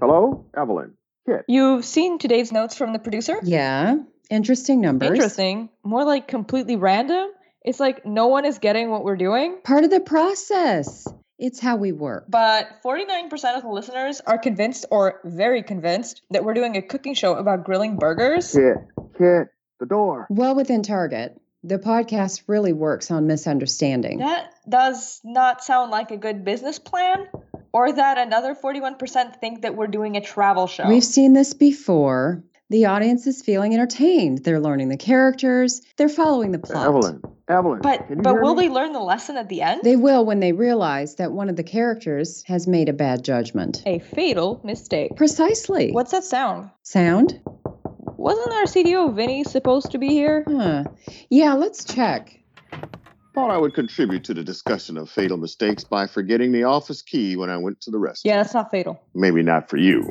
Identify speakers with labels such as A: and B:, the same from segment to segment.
A: Hello, Evelyn. Kit.
B: You've seen today's notes from the producer?
C: Yeah. Interesting numbers.
B: Interesting. More like completely random. It's like no one is getting what we're doing,
C: Part of the process. It's how we work.
B: but 49% of the listeners are convinced or very convinced that we're doing a cooking show about grilling burgers.
A: Kit. Kit. The door.
C: Well within target. The podcast really works on misunderstanding.
B: That does not sound like a good business plan, or that another 41% think that we're doing a travel show.
C: We've seen this before. The audience is feeling entertained. They're learning the characters. They're following the plot.
A: Evelyn. Evelyn.
B: but
A: can you
B: but
A: hear
B: will
A: me?
B: they learn the lesson at the end?
C: They will when they realize that one of the characters has made a bad judgment.
B: a fatal mistake.
C: Precisely.
B: What's that sound?
C: sound?
B: Wasn't our CDO Vinny supposed to be here?
C: Huh. Yeah, let's check.
D: Thought I would contribute to the discussion of fatal mistakes by forgetting the office key when I went to the restroom.
B: Yeah, that's not fatal.
D: Maybe not for you.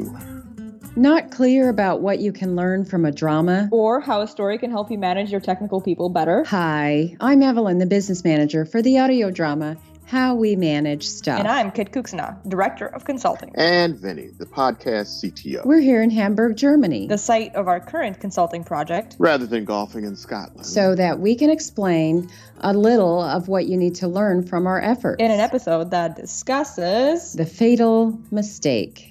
C: Not clear about what you can learn from a drama?
B: Or how a story can help you manage your technical people better.
C: Hi, I'm Evelyn, the business manager for the audio drama How We Manage Stuff.
B: And I'm Kit Kuksna, Director of Consulting,
D: And Vinny, the podcast CTO.
C: We're here in Hamburg, Germany,
B: the site of our current consulting project.
D: Rather than golfing in Scotland.
C: so that we can explain a little of what you need to learn from our efforts.
B: In an episode that discusses.
C: the fatal mistake.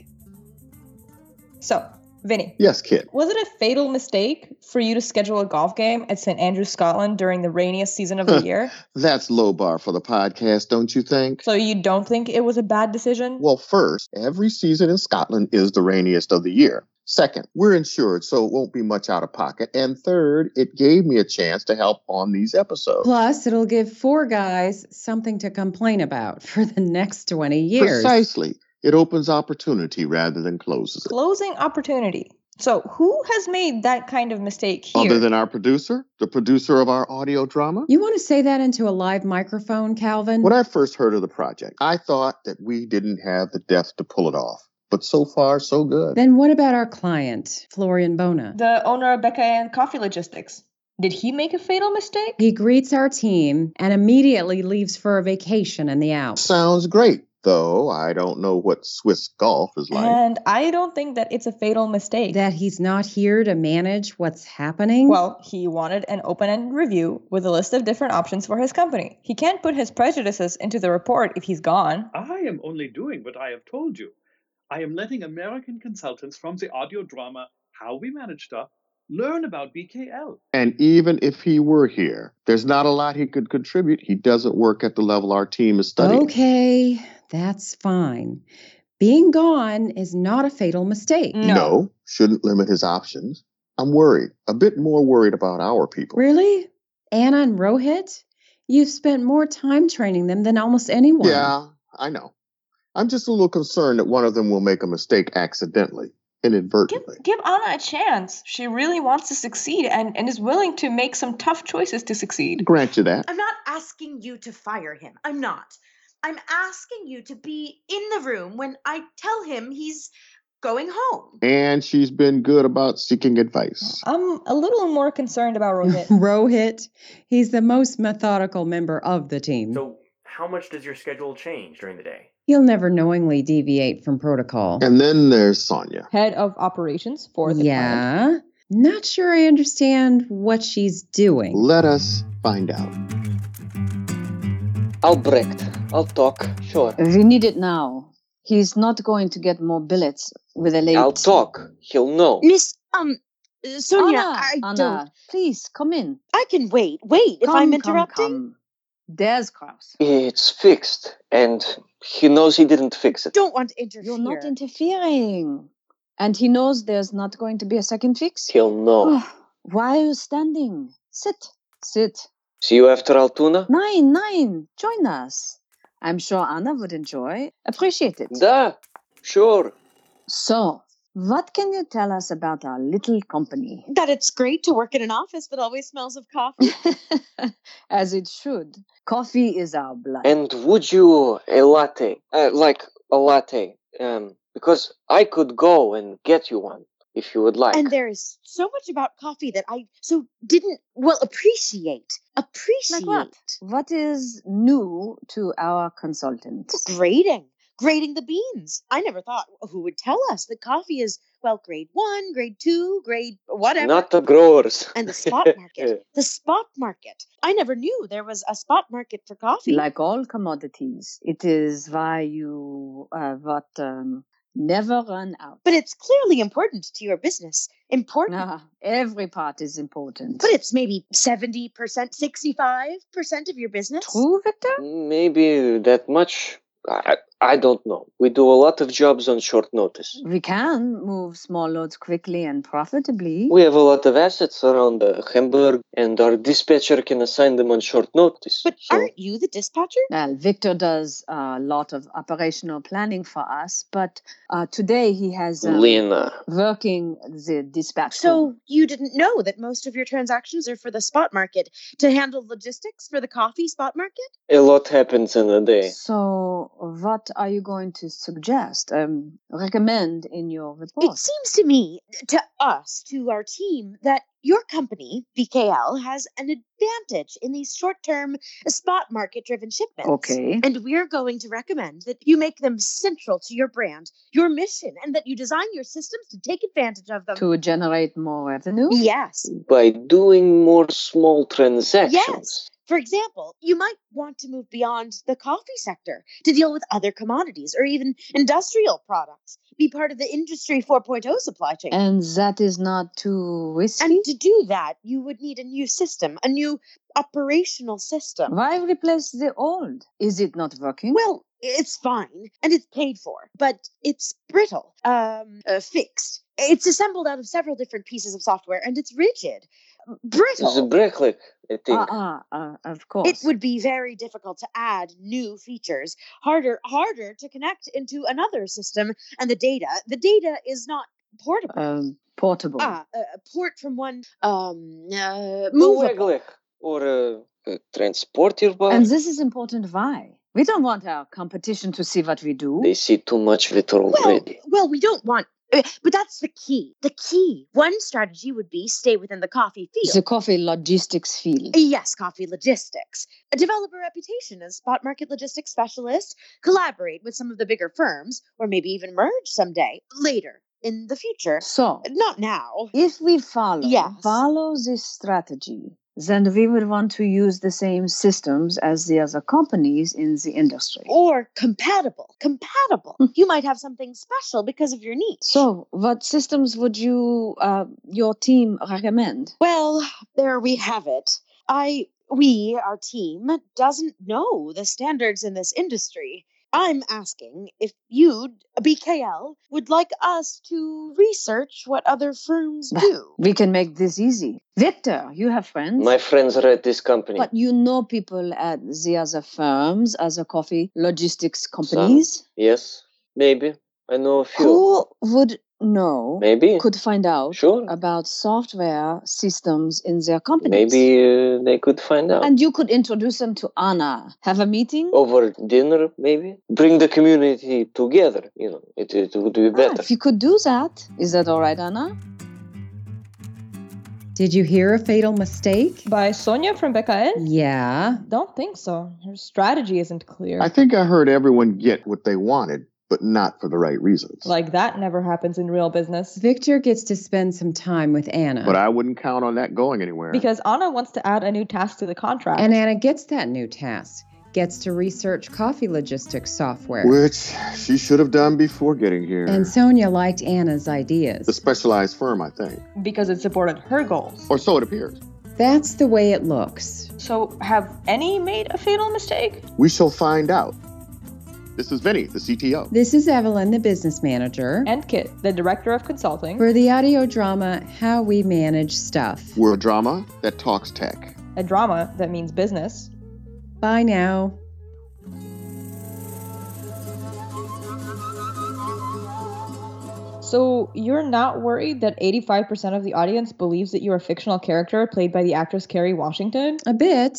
B: So, Vinny,
D: Yes, Kit.
B: was it a fatal mistake for you to schedule a golf game at St. Andrews, Scotland during the rainiest season of the year?
D: That's low bar for the podcast, don't you think?
B: So, you don't think it was a bad decision?
D: Well, first, every season in Scotland is the rainiest of the year. Second, we're insured, so it won't be much out of pocket. And third, it gave me a chance to help on these episodes.
C: Plus, it'll give four guys something to complain about for the next 20 years.
D: Precisely. It opens opportunity rather than closes it.
B: Closing opportunity. So, who has made that kind of mistake here?
D: Other than our producer, the producer of our audio drama.
C: You want to say that into a live microphone, Calvin?
D: When I first heard of the project, I thought that we didn't have the depth to pull it off. But so far, so good.
C: Then what about our client, Florian Bona?
B: the owner of Becca and Coffee Logistics. Did he make a fatal mistake?
C: He greets our team and immediately leaves for a vacation in the Alps.
D: Sounds great, though I don't know what Swiss golf is like.
B: And I don't think that it's a fatal mistake.
C: That he's not here to manage what's happening?
B: well, he wanted an open end review with a list of different options for his company. He can't put his prejudices into the report if he's gone.
E: I am only doing what I have told you. I am letting American consultants from the audio drama How We Manage Stuff learn about BKL.
D: And even if he were here, there's not a lot he could contribute. He doesn't work at the level our team is studying.
C: okay, that's fine. Being gone is not a fatal mistake.
D: Mm.
B: No.
D: shouldn't limit his options. I'm worried, a bit more worried about our people.
C: Really? Anna and Rohit? You've spent more time training them than almost anyone.
D: Yeah, I know. I'm just a little concerned that one of them will make a mistake accidentally,
B: Give,
D: inadvertently.
B: give Anna a chance. She really wants to succeed and, and is willing to make some tough choices to succeed.
D: Grant you that.
F: I'm not asking you to fire him. I'm not. I'm asking you to be in the room when I tell him he's going home.
D: And she's been good about seeking advice.
B: I'm a little more concerned about Rohit.
C: Rohit, he's the most methodical member of the team.
G: So, how much does your schedule change during the day?
C: He'll never knowingly deviate from
B: Oh.
C: protocol.
D: And then there's Sonia.
B: Head of operations for the client.
C: yeah. Not sure I understand what she's doing.
D: Let us find out.
H: I'll break. I'll talk. Sure.
I: We need it now. He's not going to get more billets with a late.
H: I'll talk. He'll know.
J: Miss, um, uh, Sonia,
I: Anna,
J: I
I: Anna,
J: don't.
I: please come in.
J: I can wait. Wait, if
I: Come,
J: I'm
I: come,
J: interrupting.
I: come. There's Kraus.
H: It's fixed, and he knows he didn't fix it.
J: Don't want to interfere.
I: You're not interfering. And he knows there's not going to be a second fix.
H: He'll know.
I: Oh, why are you standing? Sit, sit.
H: See you after Altoona?
I: Nine, nine, join us. I'm sure Anna would enjoy, appreciate it.
H: Da, sure.
I: So, what can you tell us about our little company?
J: that it's great to work in an office that always smells of coffee.
I: As it should. Coffee is our blood.
H: And would you a latte? Uh, like a latte. Um, because I could go and get you one if you would like.
J: and there is so much about coffee that I so didn't well appreciate. Appreciate
I: What is new to our consultants?
J: grading. grading the beans. I never thought who would tell us that coffee is, well, grade one, grade two, grade whatever.
H: Not the growers.
J: and the spot market. the spot market. I never knew there was a spot market for coffee.
I: Like all commodities, it is why you uh, what um, never run out.
J: but it's clearly important to your business. Important.
I: Ah, every part is important.
J: But it's maybe 70%, 65% of your business.
I: True, Victor?
H: Maybe that much. I, I don't know. We do a lot of jobs on short notice.
I: We can move small loads quickly and profitably.
H: We have a lot of assets around uh, Hamburg, and our dispatcher can assign them on short notice.
J: But
H: so
J: aren't you the dispatcher?
I: Well, Victor does a lot of operational planning for us, but uh, today he has um,
H: Lena,
I: working the dispatch.
J: So
I: room.
J: you didn't know that most of your transactions are for the spot market to handle logistics for the coffee spot market?
H: a lot happens in a day.
I: so what are you going to suggest, um, recommend in your report?
J: It seems to me, to us, to our team, that your company, BKL, has an advantage in these short term spot market driven shipments.
I: okay.
J: And we're going to recommend that you make them central to your brand, your mission, and that you design your systems to take advantage of them.
I: To generate more revenue?
J: yes.
H: By doing more small transactions.
J: For example, you might want to move beyond the coffee sector to deal with other commodities or even industrial products, be part of the Industry 4.0 supply chain.
I: And that is not too risky?
J: And to do that, you would need a new system, a new operational system.
I: Why replace the old? Is it not working?
J: um, Well, it's fine and it's paid for, but it's brittle, um, uh, fixed. It's assembled out of several different pieces of software and it's rigid, brittle.
H: It's a breaklick, I think.
I: Ah, ah, ah, of course.
J: it would be very difficult to add new features harder harder to connect into another system and the data the data is not portable
I: um, portable.
J: ah, a, a port from one um uh,
H: The
J: movable
H: Weglec or uh, a transporter bar.
I: And this is important. Why? We don't want our competition to see what we do.
H: they see too much of it
J: well
H: already.
J: well we don't want uh, but that's the key the key one strategy would be stay within the coffee field Eh,
I: The coffee logistics field.
J: Yes, coffee logistics. Develop a reputation as spot market logistics specialist. Collaborate with some of the bigger firms, or maybe even merge someday, later in the future.
I: So,
J: Not now.
I: if we follow
J: Yes.
I: follow this strategy, then we would want to use the same systems as the other companies in the industry.
H: Oh.
J: Or compatible. Compatible. you might have something special because of your niche.
I: So, what systems would you, uh, your team, recommend?
J: Well, there we have it. I we our team doesn't know the standards in this industry. I'm asking if you BKL would like us to research what other firms do.
I: We can make this easy. Victor, you have friends.
H: My friends are at this company.
I: But you know people at the other firms, other coffee logistics companies
H: yes, maybe. I know a few.
I: who would know,
H: Maybe.
I: could find out
H: Sure.
I: about software systems in their companies.
H: Maybe uh, they could find out.
I: And you could introduce them to Anna. Have a meeting.
H: Over dinner, maybe? Bring the community together. You know, it, it would be
I: Ah,
H: better.
I: if you could do that, is that all right, Anna?
C: Did you hear a fatal mistake?
B: By Sonia from BKL?
C: Yeah.
B: Don't think so. Her strategy isn't clear.
D: I think I heard everyone get what they wanted, but not for the right reasons.
B: Like that never happens in real business.
C: Victor gets to spend some time with Anna.
D: but I wouldn't count on that going anywhere.
B: uh, Because Anna wants to add a new task to the contract.
C: and Anna gets that new task, gets to research coffee logistics software.
D: Which she should have done before getting here.
C: and Sonia liked Anna's
D: the
C: ideas.
D: specialized firm, I think.
B: because it supported her goals.
D: Or so it appears.
C: That's the way it looks.
B: So, have any made a fatal mistake?
D: We shall find out. This is Vinny, the CTO.
C: This is Evelyn, the business manager,
B: And Kit, the director of consulting,
C: for the audio drama How We Manage Stuff.
D: We're a drama that talks tech.
B: a drama that means business,
C: Bye now.
B: So you're not worried that 85% of the audience believes that you're a fictional character played by the actress Kerry Washington?
C: A bit.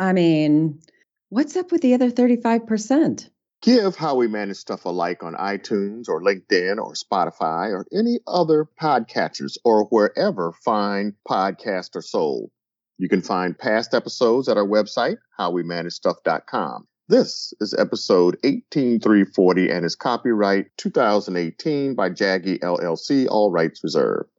C: I mean, what's up with the other 35%?
D: Give How We Manage Stuff a like on iTunes or LinkedIn or Spotify or any other podcatchers or wherever fine podcasts are sold. You can find past episodes at our website, howwemanagestuff.com. This is episode 18340 and is copyright 2018 by Jaggy LLC, all rights reserved.